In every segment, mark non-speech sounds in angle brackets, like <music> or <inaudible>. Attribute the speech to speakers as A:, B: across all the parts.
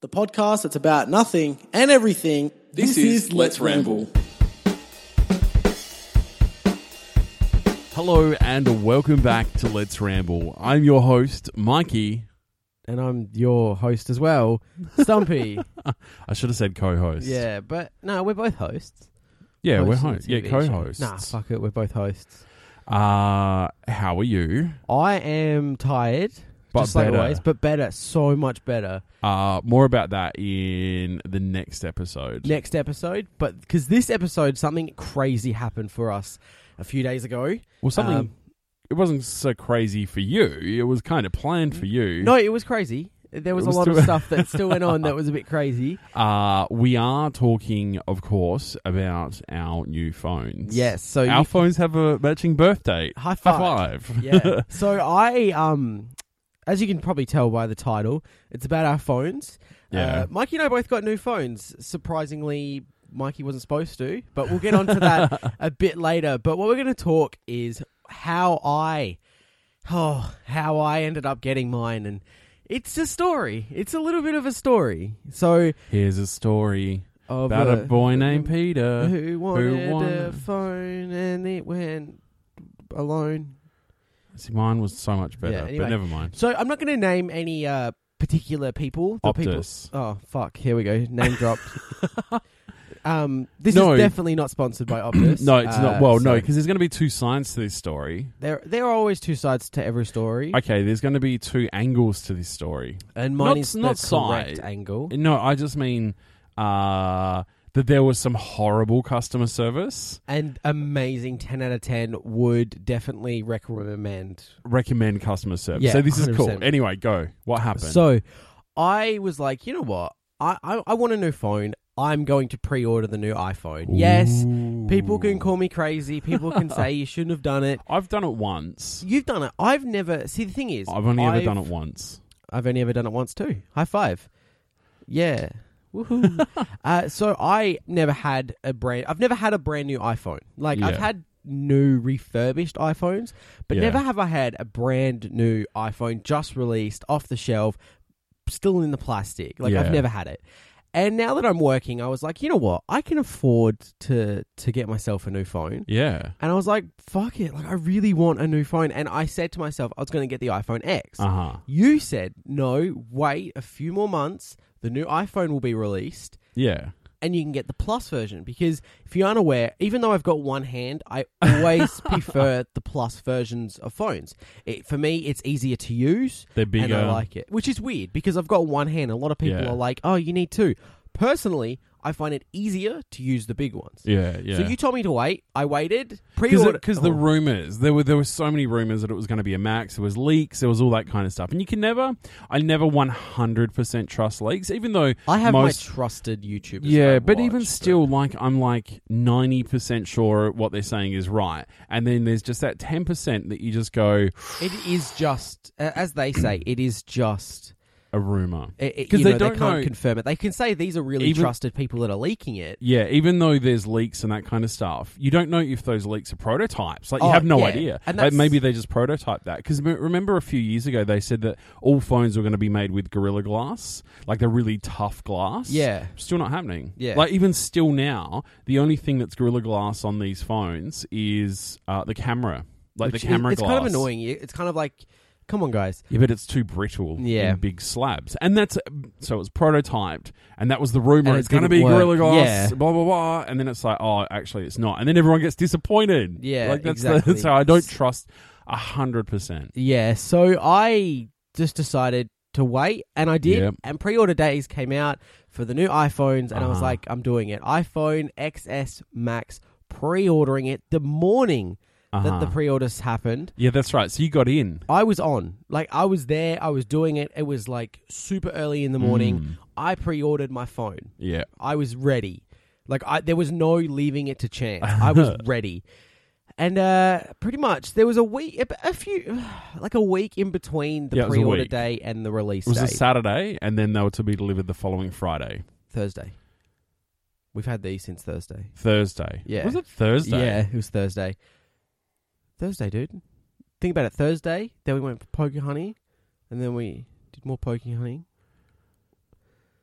A: the podcast that's about nothing and everything.
B: This, is, Let's Ramble.
C: Hello and welcome back to Let's Ramble. I'm your host, Mikey.
D: and I'm your host as well,
A: <laughs>
D: Stumpy.
C: I should have said co-host.
D: yeah, but no, we're both hosts.
C: yeah, we're
D: Hosts on
C: host. Yeah,
D: TV shows.
C: co-hosts.
D: Nah, fuck it, we're both hosts.
C: Uh, how are you?
D: I am tired,
C: But
D: just like
C: better.
D: always, but better, so much better.
C: Uh, more about that in the next episode.
D: Next episode, but because this episode, something crazy happened for us a few days ago.
C: Well, something.
D: Um,
C: it wasn't so crazy for you. It was kind of planned for you.
D: No, it was crazy. There was,
C: was
D: a lot
C: too-
D: of stuff that still went
C: <laughs>
D: on that was a bit crazy.
C: Uh, we are talking, of course, about our new phones.
D: Yes, so
C: Our
D: you-
C: phones have a matching birth date.
D: High
C: High
D: five.
C: five. <laughs>
D: yeah. So I um, as you can probably tell by the title, it's about our phones.
C: Yeah.
D: Uh, Mikey and I both got new phones. Surprisingly, Mikey wasn't supposed to, but we'll get onto
C: <laughs>
D: that a bit later. But what we're going to talk is how I, oh, how I ended up getting mine, and it's a story. It's a little bit of a story. So
C: Here's a story
D: of
C: about a
D: uh,
C: boy named Peter.
D: who wanted a
C: wanted-
D: phone and it went alone.
C: See, mine was so much better,
D: Yeah,
C: but
D: anyway.
C: never mind.
D: So I'm not going to name any uh, particular people. The people.
C: Optus.
D: Oh fuck! Here we go. Name
C: <laughs>
D: dropped. um, this
C: No.
D: is definitely not sponsored by Optus.
C: <clears throat> No, it's
D: Uh,
C: not. Well, no,
D: so
C: because there's going to be two sides to this story.
D: there there are always two sides to every story,
C: Okay, there's going to be two angles to this story.
D: and mine
C: Not-
D: is
C: not
D: the correct
C: side.
D: angle.
C: No, I just mean uh, that there was some horrible customer service.
D: And amazing, ten out of ten would definitely recommend.
C: Recommend customer service.
D: Yeah,
C: so this is cool.
D: 100%.
C: Anyway, go. What happened?
D: So, I was like, you know what? I I, I want a new phone. I'm going to pre-order the new iPhone. Yes, people can call me crazy. People can say you shouldn't have done it.
C: I've done it once.
D: You've done it. I've never. See, the thing is,
C: I've only ever done it once.
D: I've only ever done it once too. High five. Yeah.
C: <laughs>
D: Woohoo. uh, so I never had a brand. I've never had a brand new iPhone. Like I've
C: Yeah.
D: had new refurbished iPhones, but
C: Yeah.
D: never have I had a brand new iPhone just released off the shelf, still in the plastic. Like
C: Yeah.
D: I've never had it. And now that I'm working, I was like, you know what? I can afford to to get myself a new phone.
C: Yeah.
D: And I was like, fuck it. Like, I really want a new phone. And I said to myself, I was going to get the iPhone X.
C: Uh huh.
D: You said, no, wait a few more months. The new iPhone will be released
C: Yeah.
D: and you can get the Plus version. Because if you're unaware, even though I've got one hand, I
C: <laughs>
D: always prefer the Plus versions of phones. It, for me, it's easier to use
C: They're
D: and
C: bigger.
D: I like it, which is weird because I've got one hand. A lot of people
C: Yeah.
D: are like, oh, you need two. Personally, I find it easier to use the big ones.
C: Yeah. Yeah.
D: So you told me to wait. I waited.
C: Because
D: Pre-order
C: because the
D: Oh.
C: rumors there were there were so many rumors that it was going to be a max. There was leaks. There was all that kind of stuff. And you can never, I never one hundred percent trust leaks. Even though
D: I have
C: most,
D: my trusted YouTubers. that I
C: yeah, but even
D: watch,
C: still, like I'm like ninety percent sure what they're saying is right. And then there's just that ten percent that you just go
D: but it is just a- as they
C: <clears throat>
D: say. It is just
C: a rumor.
D: because
C: 'Cause
D: they
C: they don't
D: can't
C: know-
D: confirm it. They can say these are really
C: Even-
D: trusted people that are leaking it.
C: Yeah, even though there's leaks and that kind of stuff, you don't know if those leaks are prototypes. Like you
D: Oh,
C: have no
D: yeah.
C: idea.
D: And
C: like
D: that's-
C: maybe they just prototyped that. Because remember a few years ago they said that all phones were going to be made with Gorilla Glass, like the really tough glass.
D: Yeah.
C: still not happening.
D: Yeah.
C: like even still now, the only thing that's Gorilla Glass on these phones is uh, the camera, like
D: which
C: the
D: is-
C: camera
D: it's
C: glass.
D: kind of annoying. You- It's kind of like, come on, guys.
C: Yeah, but it's too brittle.
D: Yeah.
C: in big slabs, and that's so it was prototyped, and that was the rumor.
D: And it
C: It's going to
D: didn't
C: be
D: work.
C: Gorilla Glass,
D: Yeah.
C: blah blah blah, and then it's like, oh, actually, it's not, and then everyone gets disappointed.
D: Yeah,
C: like that's
D: exactly.
C: The, <laughs> so I don't trust a hundred percent.
D: Yeah, so I just decided to wait, and I did.
C: Yep.
D: And pre-order days came out for the new iPhones, and I was
C: Uh-huh.
D: like, I'm doing it. iPhone XS Max, pre-ordering it the morning that the
C: Uh-huh.
D: pre-orders happened.
C: Yeah, that's right. So you got in.
D: I was on. Like I was there, I was doing it. It was like super early in the morning.
C: Mm.
D: I pre-ordered my phone.
C: Yeah,
D: I was ready. Like I there was no leaving it to
C: <laughs>
D: chance. I was ready. And uh pretty much there was a week a- a few <sighs> like a week in between the
C: Yeah, it was a
D: pre-order
C: week.
D: day and the release
C: it was
D: day.
C: a Saturday, and then they were to be delivered the following Friday,
D: Thursday. We've had these since Thursday.
C: Thursday.
D: Yeah.
C: was it Thursday?
D: Yeah, it was Thursday. Thursday, dude. Think about it. Thursday, then we went for poker honey, and then we did more poking honey.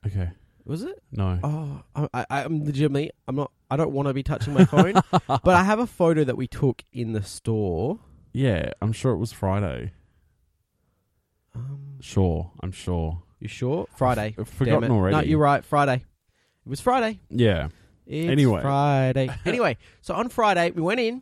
C: Okay.
D: Was it?
C: No.
D: Oh, I, I, I'm legitimately. I'm not. I don't want to be touching my
C: <laughs>
D: phone, but I have a photo that we took in the store.
C: Yeah, I'm sure it was Friday.
D: Um,
C: Sure, I'm sure.
D: you sure? Friday.
C: I've forgotten
D: Damn it.
C: already.
D: No, you're right. Friday. It was Friday.
C: Yeah.
D: It's
C: Anyway. <laughs>
D: Friday. Anyway, so on Friday we went in.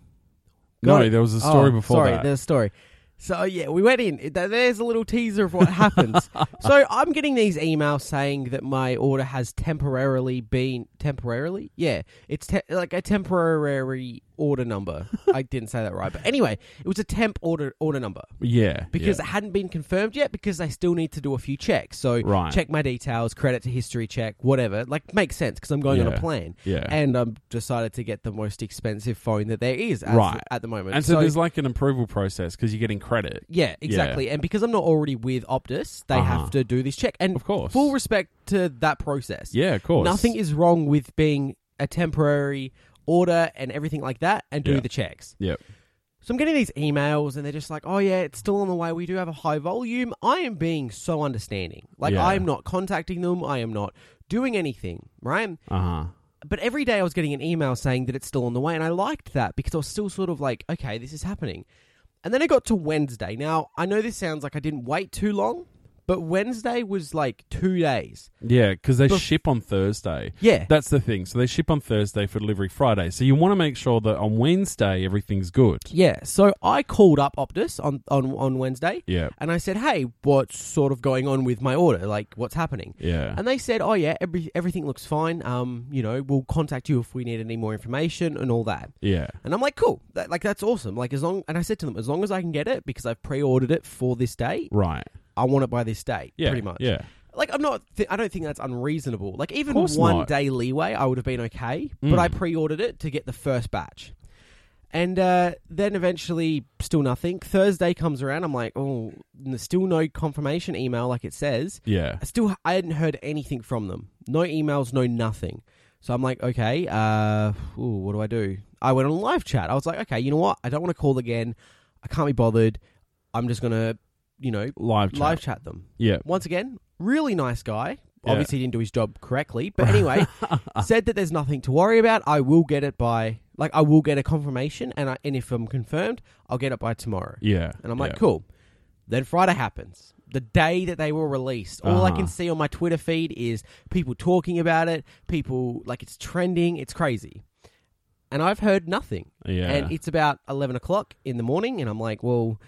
D: Got
C: no,
D: it.
C: there was a story
D: Oh,
C: before
D: sorry,
C: that.
D: there's a story. So uh, yeah, we went in. Th- There's a little teaser of what
C: <laughs>
D: happens. so I'm getting these emails saying that my order has temporarily been temporarily. Yeah, it's te- like a temporary order
C: <laughs>
D: number. I didn't say that right, but anyway, it was a temp order order number
C: Yeah.
D: because
C: yeah.
D: it hadn't been confirmed yet because they still need to do a few checks. So
C: Right.
D: check my details, credit to history check, whatever. Like makes sense because I'm going on
C: Yeah.
D: a plan.
C: Yeah.
D: And I'm decided to get the most expensive phone that there is as,
C: Right.
D: at the moment.
C: and so, there's like an approval process because you're getting credit.
D: yeah, exactly. And because I'm not already with Optus, they
C: Uh-huh.
D: have to do this check. And
C: Of course.
D: full respect to that process.
C: Yeah, of course.
D: Nothing is wrong with being a temporary order and everything like that and do
C: Yeah.
D: the checks.
C: Yep.
D: So I'm getting these emails and they're just like, oh yeah, it's still on the way. We do have a high volume. I am being so understanding. Like
C: Yeah.
D: I'm not contacting them. I am not doing anything, right?
C: Uh huh.
D: But every day I was getting an email saying that it's still on the way and I liked that because I was still sort of like, okay, this is happening. And then it got to Wednesday. Now, I know this sounds like I didn't wait too long, but Wednesday was like 2 days.
C: Yeah, because they
D: Bef-
C: ship on Thursday.
D: Yeah.
C: That's the thing. So they ship on Thursday for delivery Friday. So you want to make sure that on Wednesday everything's good.
D: Yeah, so I called up Optus on on on Wednesday
C: Yeah.
D: and I said, "Hey, what's sort of going on with my order? Like what's happening?"
C: Yeah.
D: And they said, "Oh yeah, every, everything looks fine. Um, you know, we'll contact you if we need any more information and all that."
C: yeah.
D: And I'm like, "Cool. That, like that's awesome. Like as long and I said to them, as long as I can get it because I've pre-ordered it for this day,
C: Right.
D: I want it by this day,
C: Yeah.
D: pretty much."
C: Yeah.
D: Like I'm not th- I don't think that's unreasonable. Like even
C: Course
D: one
C: not. Mm.
D: day leeway, I would have been okay, but I pre-ordered it to get the first batch. And uh, then eventually, still nothing. Thursday comes around. I'm like, oh, n- still no confirmation email, like it says.
C: Yeah.
D: I still I hadn't heard anything from them. No emails, no nothing. So I'm like, okay, uh, ooh, what do I do? I went on live chat. I was like, okay, you know what? I don't want to call again. I can't be bothered. I'm just gonna, you know,
C: Live chat.
D: live chat them.
C: Yeah.
D: Once again, really nice guy.
C: Yeah.
D: Obviously, he didn't do his job correctly,
C: <laughs>
D: but anyway, said that there's nothing to worry about. I will get it by like I will get a confirmation, and I, and if I'm confirmed, I'll get it by tomorrow.
C: Yeah.
D: And I'm like,
C: yeah.
D: cool. Then Friday happens. The day that they were released, all I
C: Uh-huh.
D: can see on my Twitter feed is people talking about it, people like it's trending, it's crazy. And I've heard nothing.
C: Yeah.
D: And it's about 11 o'clock in the morning, and I'm like, well,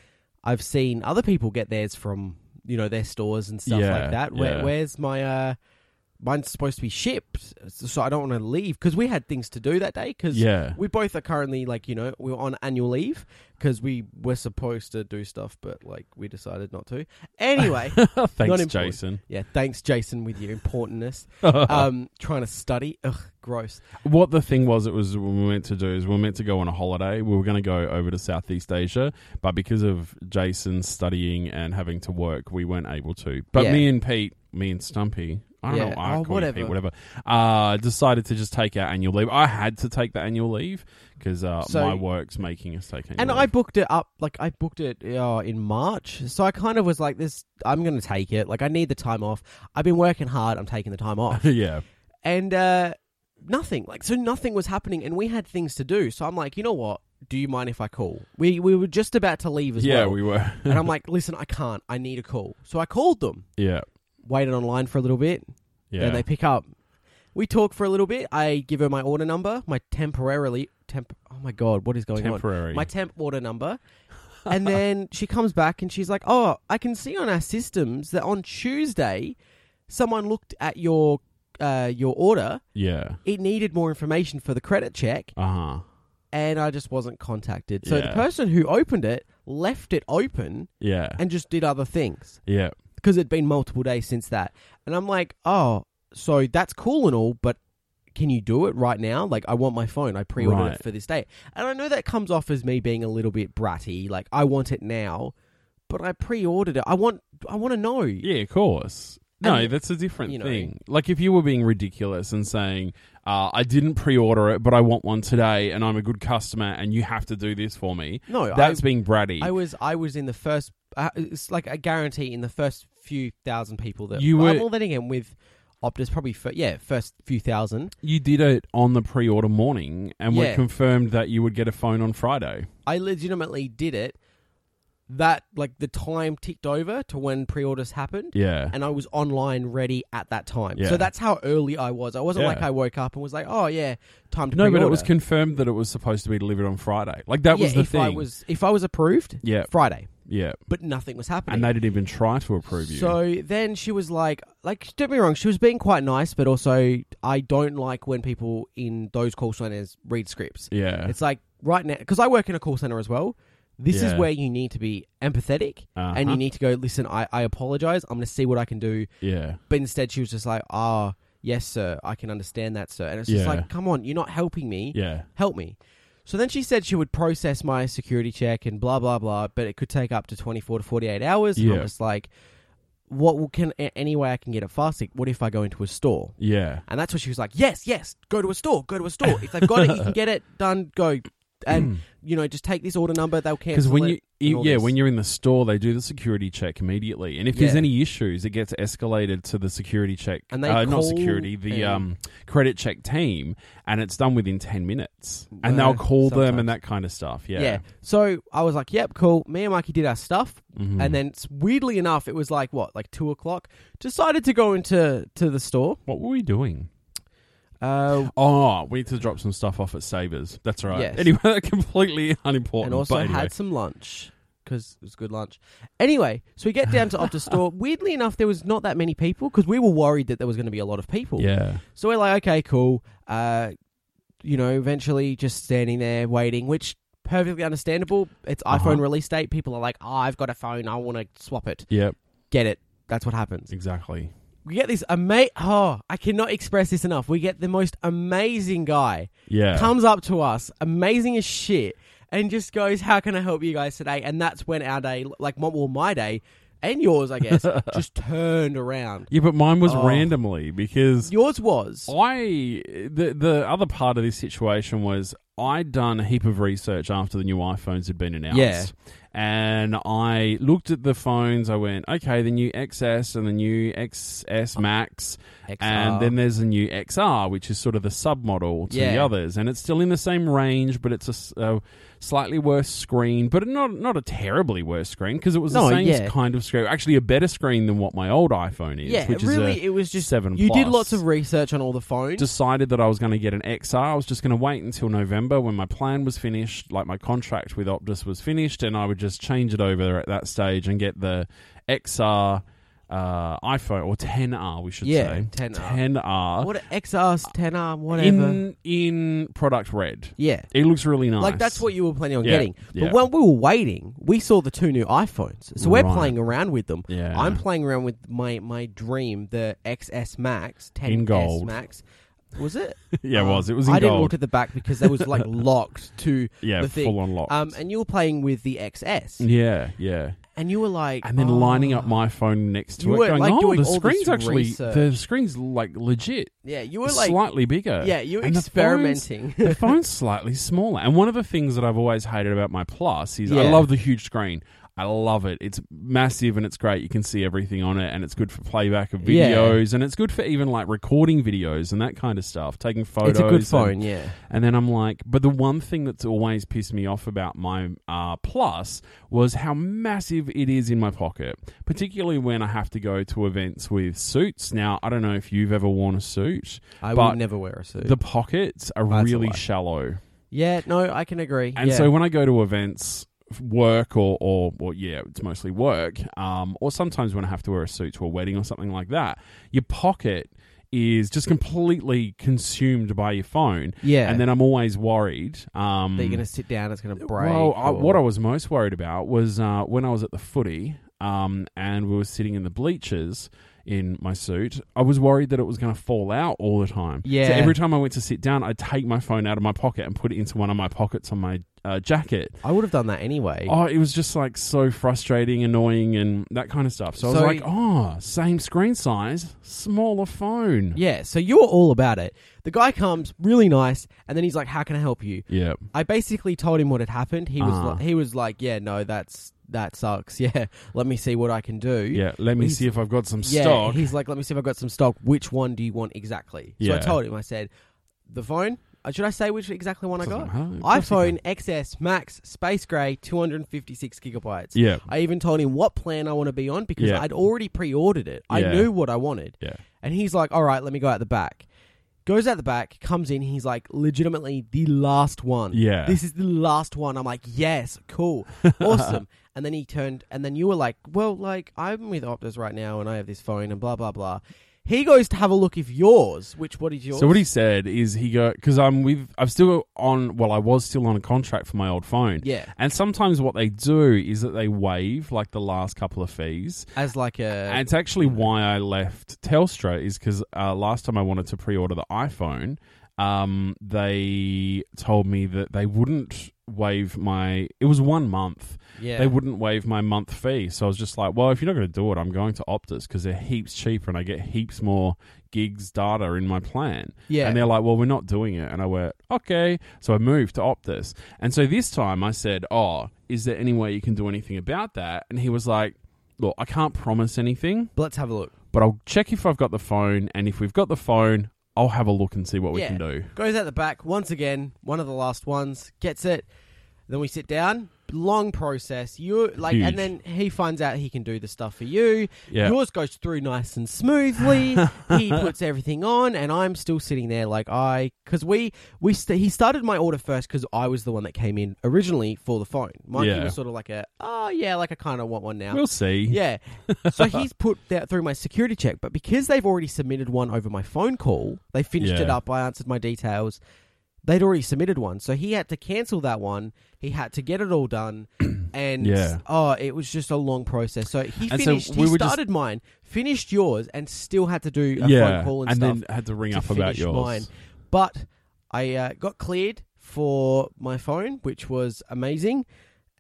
D: I've seen other people get theirs from, you know, their stores and stuff
C: Yeah,
D: like that. Where,
C: yeah.
D: Where's my, uh, mine's supposed to be shipped, so I don't want to leave because we had things to do that day because
C: Yeah.
D: we both are currently like you know we were on annual leave because we were supposed to do stuff, but like we decided not to. Anyway, Not
C: <laughs> Thanks,
D: important.
C: Jason.
D: yeah, thanks Jason with your
C: <laughs>
D: importantness.
C: Oh.
D: um, trying to study, ugh, gross.
C: What the thing was, it was we were meant to do is we were meant to go on a holiday. We were going to go over to Southeast Asia, but because of Jason studying and having to work, we weren't able to. But
D: Yeah.
C: me and Pete, me and Stumpy, I don't
D: Yeah.
C: know, I
D: Oh,
C: call you
D: whatever.
C: Pete, whatever, uh, decided to just take our annual leave. I had to take the annual leave because uh,
D: So-
C: my work's making us take annual
D: And
C: leave.
D: I booked it up, like I booked it uh, in March, so I kind of was like, this, I'm gonna take it. Like I need the time off. I've been working hard. I'm taking the time
C: <laughs>
D: off.
C: yeah,
D: and uh, nothing. Like so, nothing was happening, and we had things to do. So I'm like, you know what? Do you mind if I call? We we were just about to leave as
C: yeah,
D: well.
C: we were.
D: and I'm like, listen, I can't. I need a call. So I called them.
C: <laughs> yeah,
D: Waited online for a little bit.
C: yeah,
D: Then they pick up. We talk for a little bit. I give her my order number, my temporarily temp. Oh my god, what is going on?
C: temporary.
D: my temp order number. And <laughs> then she comes back and she's like, "Oh, I can see on our systems that on Tuesday, someone looked at your uh, your order.
C: yeah,
D: It needed more information for the credit check,
C: uh huh,
D: and I just wasn't contacted. So
C: Yeah.
D: the person who opened it left it open
C: yeah,
D: and just did other things
C: yeah,
D: because it'd been multiple days since that. And I'm like, "Oh, so that's cool and all, but." Can you do it right now? Like, I want my phone. I pre ordered
C: Right.
D: it for this day. And I know that comes off as me being a little bit bratty. Like, I want it now, but I pre ordered it. I want I want to know.
C: Yeah, of course. No,
D: And,
C: that's a different
D: you know.
C: thing. Like if you were being ridiculous and saying, uh, "I didn't pre-order it, but I want one today, and I'm a good customer, and you have to do this for me,"
D: No, I-
C: that's being bratty.
D: I was I was in the first. Uh, it's like I guarantee in the first few thousand people that
C: You
D: Well,
C: were-
D: well, then again with Optus, probably fir- yeah, first few thousand.
C: You did it on the pre-order morning, and were
D: Yeah. confirmed
C: confirmed that you would get a phone on Friday.
D: I legitimately did it. That like the time ticked over to when pre-orders happened,
C: Yeah,
D: and I was online ready at that time.
C: Yeah.
D: So that's how early I was. I wasn't
C: Yeah.
D: like I woke up and was like, oh yeah, time to
C: no, but
D: pre-order.
C: it was confirmed that it was supposed to be delivered on Friday. Like that
D: yeah,
C: was the
D: if
C: thing.
D: I was if I was approved,
C: yeah,
D: Friday,
C: yeah,
D: but nothing was happening.
C: and they didn't even try to approve you.
D: So then she was like, like don't be wrong, she was being quite nice, but also I don't like when people in those call centers read scripts.
C: yeah,
D: It's like right now because I work in a call center as well. This is
C: Yeah.
D: where you need to be empathetic and
C: Uh-huh.
D: you need to go. Listen, I, I apologize. I'm going to see what I can do.
C: yeah,
D: But instead, she was just like, ah, yes, sir. I can understand that, sir. And it's just
C: Yeah.
D: like, come on, you're not helping me
C: yeah,
D: help me. So then she said she would process my security check and blah blah blah, but it could take up to twenty four to forty eight hours. And
C: Yeah.
D: I'm just like, what will- can a- any way I can get it fast? Like, what if I go into a store?
C: yeah.
D: And that's what she was like, yes, yes, go to a store, go to a store. If they've got it,
C: <laughs>
D: you can get it done. Go
C: <clears throat>
D: and you know just take this order number. They'll cancel
C: Because when you,
D: it and
C: you
D: all
C: yeah,
D: this.
C: when you're in the store, they do the security check immediately, and if there's
D: Yeah.
C: any issues, it gets escalated to the security check,
D: And they
C: uh,
D: call
C: not security, the
D: and-
C: um, credit check team, and it's done within ten minutes, and
D: Well,
C: they'll call them
D: sometimes.
C: and that kind of stuff. Yeah,
D: yeah. So I was like, yep, cool. Me and Mikey did our stuff,
C: Mhm.
D: and then s- weirdly enough, it was like what, like two o'clock. Decided to go into to the store.
C: what were we doing?
D: Uh,
C: Oh, we need to drop some stuff off at Savers. That's all right.
D: Yes.
C: Anyway, <laughs> that completely unimportant.
D: and also
C: but anyway.
D: had some lunch because it was good lunch. Anyway, so we get down to Optus
C: <laughs>
D: store. Weirdly enough, there was not that many people because we were worried that there was going to be a lot of people.
C: yeah,
D: So we're like, okay, cool. Uh, you know, eventually just standing there waiting, which perfectly understandable. It's
C: Uh-huh.
D: iPhone release date. People are like, oh, I've got a phone. I want to swap it.
C: yep,
D: Get it. That's what happens.
C: exactly.
D: We get this ama Oh, I cannot express this enough. We get the most amazing guy
C: Yeah,
D: comes up to us, amazing as shit, and just goes, "How can I help you guys today?" And that's when our day, like my, well, my day and yours, I
C: <laughs>
D: guess, just turned around.
C: yeah, but mine was
D: Oh.
C: randomly because
D: Yours was
C: Oh, I the the other part of this situation was I'd done a heap of research after the new iPhones had been announced.
D: Yeah.
C: And I looked at the phones. I went, okay, the new XS and the new XS Max,
D: XR.
C: and then there's a new XR, which is sort of the submodel to the
D: Yeah.
C: others, and it's still in the same range, but it's a s- a, slightly worse screen, but not not a terribly worse screen because it was
D: No,
C: the same
D: yeah.
C: kind of screen, actually a better screen than what my old iPhone is.
D: yeah,
C: which
D: really,
C: is a
D: it was just
C: seven.
D: You did
C: plus
D: lots of research on all the phones.
C: decided that I was going to get an XR. I was just going to wait until November when my plan was finished, like my contract with Optus was finished, and I would just change it over at that stage and get the XR uh, iPhone or 10R, we should
D: Yeah,
C: say.
D: 10R.
C: 10R.
D: what a XR, 10R, whatever.
C: uh, in, in product red.
D: yeah.
C: It looks really nice.
D: Like that's what you were planning on
C: Yeah,
D: getting,
C: yeah.
D: but when we were waiting, we saw the two new iPhones. So we're
C: Right.
D: playing around with them.
C: Yeah.
D: I'm playing around with my my dream, the XS Max, 10s
C: In gold.
D: Max. Was it?
C: <laughs> yeah, <laughs> it
D: Um,
C: was. It was in
D: I didn't
C: gold.
D: look at the back because that was
C: <laughs>
D: like locked to
C: yeah,
D: the thing.
C: full on lock.
D: Um, and you were playing with the XS,
C: yeah, yeah.
D: and you were like,
C: and then
D: "Oh."
C: lining up my phone next to
D: You
C: it,
D: were,
C: going,
D: like,
C: "Oh,
D: doing
C: the
D: all this
C: screen's actually
D: research."
C: the screen's like legit.
D: Yeah, you were like,
C: slightly bigger.
D: yeah, you were
C: And the phone's-
D: experimenting.
C: the phone's slightly smaller. And one of the things that I've always hated about my Plus is I
D: Yeah.
C: love the huge screen. I love it. It's massive and it's great. You can see everything on it and it's good for playback of
D: Yeah.
C: videos and it's good for even like recording videos and that kind of stuff, taking
D: <laughs>
C: photos.
D: it's a good
C: and-
D: phone, yeah.
C: and then I'm like, but the one thing that's always pissed me off about my uh, Plus was how massive it is in my pocket, particularly when I have to go to events with suits. Now, I don't know if you've ever worn a suit.
D: I
C: but
D: would never wear a suit.
C: The pockets are
D: That's a
C: really
D: lie.
C: shallow.
D: yeah, no, I can agree.
C: And
D: yeah.
C: so when I go to events, f- work or, or, or yeah, it's mostly work, um, or sometimes when I have to wear a suit to a wedding or something like that, your pocket is just completely consumed by your phone.
D: yeah,
C: And then I'm always worried. Um,
D: that you're gonna sit down, it's gonna break.
C: well, I,
D: or-
C: what I was most worried about was uh, when I was at the footy um, and we were sitting in the bleachers in my suit, I was worried that it was going to fall out all the time.
D: Yeah.
C: So every time I went to sit down, I'd take my phone out of my pocket and put it into one of my pockets on my uh, jacket.
D: I would have done that anyway.
C: Oh, it was just like so frustrating, annoying, and that kind of stuff. So, I was
D: So-
C: like, oh, same screen size, smaller phone.
D: Yeah, so you're all about it. The guy comes, really nice, and then he's like, "How can I help you?"
C: Yeah.
D: I basically told him what had happened. He was
C: Ah.
D: like, he was like, "Yeah, no, that's that sucks. <laughs> Yeah, let me see what I can do."
C: Yeah. Let me
D: He's-
C: see if I've got some
D: Yeah,
C: stock.
D: he's like, "Let me see if I've got some stock. Which one do you want exactly?" So
C: Yeah.
D: I told him, I said, "The phone." Uh, Should I say which exactly one I
C: Doesn't
D: got?
C: matter. Of course you
D: iPhone XS Max Space Gray, 256 gigabytes.
C: Yeah.
D: I even told him what plan I want to be on because
C: Yeah.
D: I'd already pre-ordered it. I
C: Yeah.
D: knew what I wanted.
C: Yeah.
D: And he's like, all right, let me go out the back. Goes out the back, comes in, he's like, legitimately the last one.
C: Yeah.
D: This is the last one. I'm like, yes,
C: <laughs>
D: cool, awesome. and then he turned, and then you were like, well, like, I'm with Optus right now and I have this phone and blah, blah, blah. He goes to have a look if yours, which, what is yours?
C: So what he said is he go because I'm with I'm still on well I was still on a contract for my old phone
D: Yeah.
C: and sometimes what they do is that they waive like the last couple of fees
D: As like a.
C: and it's actually why I left Telstra is because uh, last time I wanted to pre-order the iPhone, um, they told me that they wouldn't waive my. It was one month.
D: yeah.
C: They wouldn't waive my month fee, so I was just like, "Well, if you're not going to do it, I'm going to Optus because they're heaps cheaper and I get heaps more gigs data in my plan."
D: Yeah.
C: and they're like, "Well, we're not doing it," and I went, "Okay." So I moved to Optus, and so this time I said, "Oh, is there any way you can do anything about that?" And he was like, "Look, I can't promise anything,
D: But let's have a look.
C: but I'll check if I've got the phone, and if we've got the phone, I'll have a look and see what we
D: Yeah.
C: can do."
D: Goes out the back once again, one of the last ones, gets it. Then we sit down. Long process. You like,
C: Huge.
D: and then he finds out he can do the stuff for you.
C: Yeah.
D: Yours goes through nice and
C: <laughs>
D: smoothly. he puts everything on, and I'm still sitting there like I, because we we st- he started my order first because I was the one that came in originally for the phone. Mikey
C: Yeah.
D: was sort of like a, oh yeah, like I kind of want one now.
C: We'll see.
D: Yeah.
C: <laughs>
D: So he's put that through my security check, but because they've already submitted one over my phone call, they finished it
C: Yeah.
D: up. I answered my details. They'd already submitted one, so he had to cancel that one. He had to get it all
C: <clears throat>
D: done, and
C: Yeah.
D: oh, it was just a long process. So he
C: And so
D: finished.
C: we
D: he
C: were just-
D: started mine, finished yours, and still had to do a phone call and, stuff
C: then had to ring
D: to
C: up about
D: finish
C: yours.
D: mine. But I uh, got cleared for my phone, which was amazing,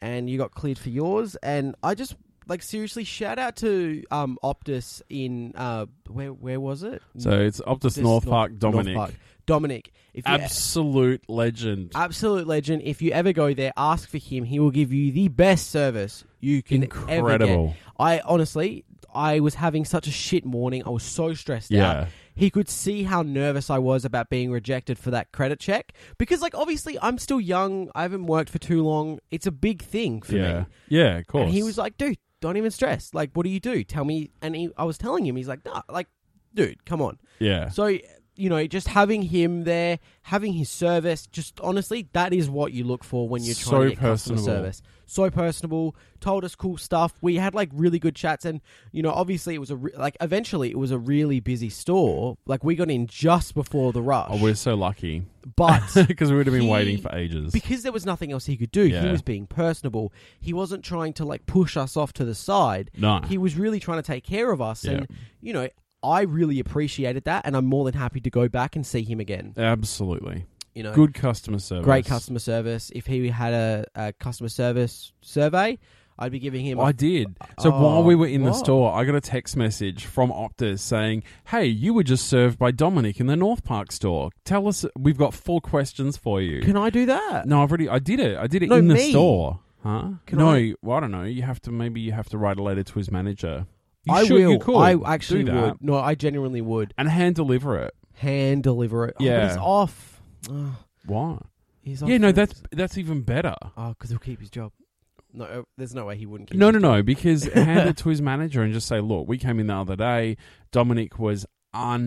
D: and you got cleared for yours. And I just like seriously shout out to um, Optus in uh, where where was it?
C: So it's Optus
D: Just
C: North
D: North-
C: Park,
D: North
C: Dominic,
D: Park. Dominic, if you,
C: absolute legend.
D: absolute legend. If you ever go there, ask for him. He will give you the best service you can ever get.
C: Incredible.
D: I honestly, I was having such a shit morning. I was so stressed
C: Yeah.
D: out. He could see how nervous I was about being rejected for that credit check because, like, obviously, I'm still young. I haven't worked for too long. It's a big thing for
C: yeah,
D: me.
C: yeah, of course.
D: And he was like, "Dude, don't even stress. Like, what do you do? Tell me." And he, I was telling him, he's like, "Nah, like, dude, come on."
C: yeah,
D: So you know, just having him there, having his service, just honestly, that is what you look for when you're trying
C: So
D: to get customer
C: personable.
D: service. So personable, told us cool stuff. We had like really good chats, and you know, obviously, it was a re- like eventually it was a really busy store. Like we got in just before the rush,
C: oh, we're so lucky <laughs>
D: but
C: because we would have been
D: He-
C: waiting for ages.
D: because there was nothing else he could do, he
C: Yeah.
D: was being personable. He wasn't trying to like push us off to the side.
C: No.
D: He was really trying to take care of us,
C: Yeah.
D: and you know. I really appreciated that, and I'm more than happy to go back and see him again
C: Absolutely,
D: you know,
C: good customer service.
D: great customer service. If he had a, a customer service survey, I'd be giving him.
C: I did. So
D: Oh,
C: while we were in the
D: what?
C: store, I got a text message from Optus saying, "Hey, you were just served by Dominic in the North Park store. Tell us, we've got four questions for you."
D: can I do that?
C: no, I've already. I did it. I did it
D: No,
C: in the
D: me.
C: store. Huh?
D: Can
C: no,
D: I-
C: well, I don't know. You have to maybe you have to write a letter to his manager. You
D: I
C: should-
D: will.
C: You could
D: I actually
C: do that
D: would. No, I genuinely would
C: and hand deliver it.
D: hand deliver it. Oh, but
C: Yeah.
D: he's off. Oh,
C: Why?
D: he's off.
C: Yeah, no,
D: for-
C: that's that's even better.
D: oh, because he'll keep his job. No, uh, there's no way he wouldn't. keep
C: No,
D: his
C: no,
D: job.
C: no, because <laughs> hand it to his manager and just say, look, we came in the other day. Dominic was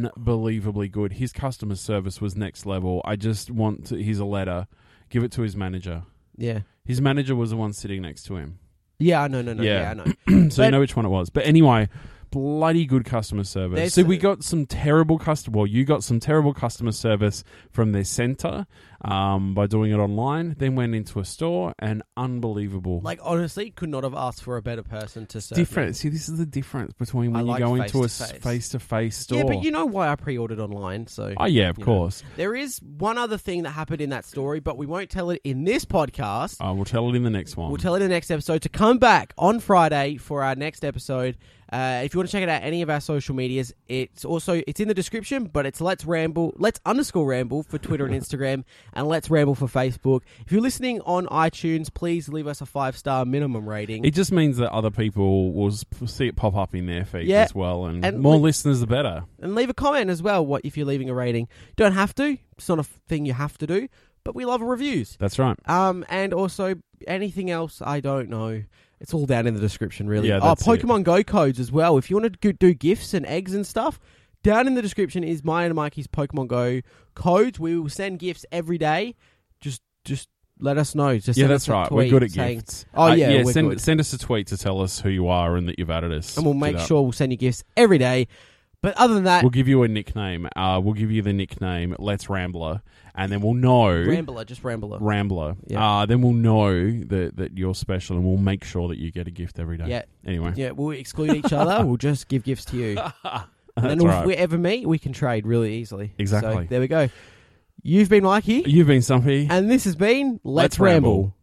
C: unbelievably good. His customer service was next level. I just want to, here's a letter. Give it to his manager.
D: Yeah,
C: His manager was the one sitting next to him. <clears throat>
D: yeah, I know, no, no,
C: Yeah.
D: yeah, I know.
C: so you
D: But-
C: know which one it was. But anyway, bloody good customer service.
D: There's
C: so we
D: a-
C: got some terrible customer. Well, you got some terrible customer service from their center um, by doing it online. Then went into a store and unbelievable.
D: Like honestly, could not have asked for a better person to serve. me.
C: difference. See, this is the difference between
D: I
C: when
D: like
C: you go into a
D: face-to-face.
C: face to face store.
D: Yeah, but you know why I pre-ordered online, so
C: Oh yeah, of
D: you know.
C: course.
D: There is one other thing that happened in that story, but we won't tell it in this podcast.
C: I will tell it in the next one.
D: We'll tell it in the next episode. To come back on Friday for our next episode. Uh, if you want to check it out, any of our social medias, it's also it's in the description. But it's let's ramble, let's underscore ramble for Twitter
C: <laughs>
D: and Instagram, and let's ramble for Facebook. If you're listening on iTunes, please leave us a five star minimum rating.
C: it just means that other people will s- see it pop up in their feed
D: Yeah,
C: as well, and,
D: and
C: more
D: li-
C: listeners the better.
D: and leave a comment as well. What if you're leaving a rating? Don't have to. It's not a f- thing you have to do. But we love reviews.
C: That's right.
D: Um, and also anything else I don't know. It's all down in the description, really.
C: Yeah,
D: oh,
C: that's it.
D: Pokemon Go codes as well. If you want to do gifts and eggs and stuff, down in the description is mine and Mikey's Pokemon Go codes. We will send gifts every day. Just, just let us know. Just
C: yeah,
D: send
C: that's
D: us a
C: right. We're
D: tweet
C: good at
D: saying-
C: gifts. Uh,
D: Oh, yeah, we're
C: send
D: good.
C: send us a tweet to tell us who you are and that you've added us,
D: and we'll
C: to
D: make
C: that.
D: sure we'll send you gifts every day. But other than that,
C: We'll give you a nickname. Uh, we'll give you the nickname Let's Rambler, and then we'll know
D: Rambler, just Rambler.
C: Rambler.
D: Yeah.
C: Uh, then we'll know that, that you're special, and we'll make sure that you get a gift every day.
D: Yeah.
C: Anyway,
D: Yeah, we'll exclude each other.
C: <laughs>
D: We'll just give gifts to you.
C: that's
D: and then
C: right.
D: if we ever meet, we can trade really easily.
C: Exactly.
D: So there we go. You've been Mikey,
C: You've been Stumpy.
D: and this has been Let's,
C: Let's
D: Ramble.
C: Ramble.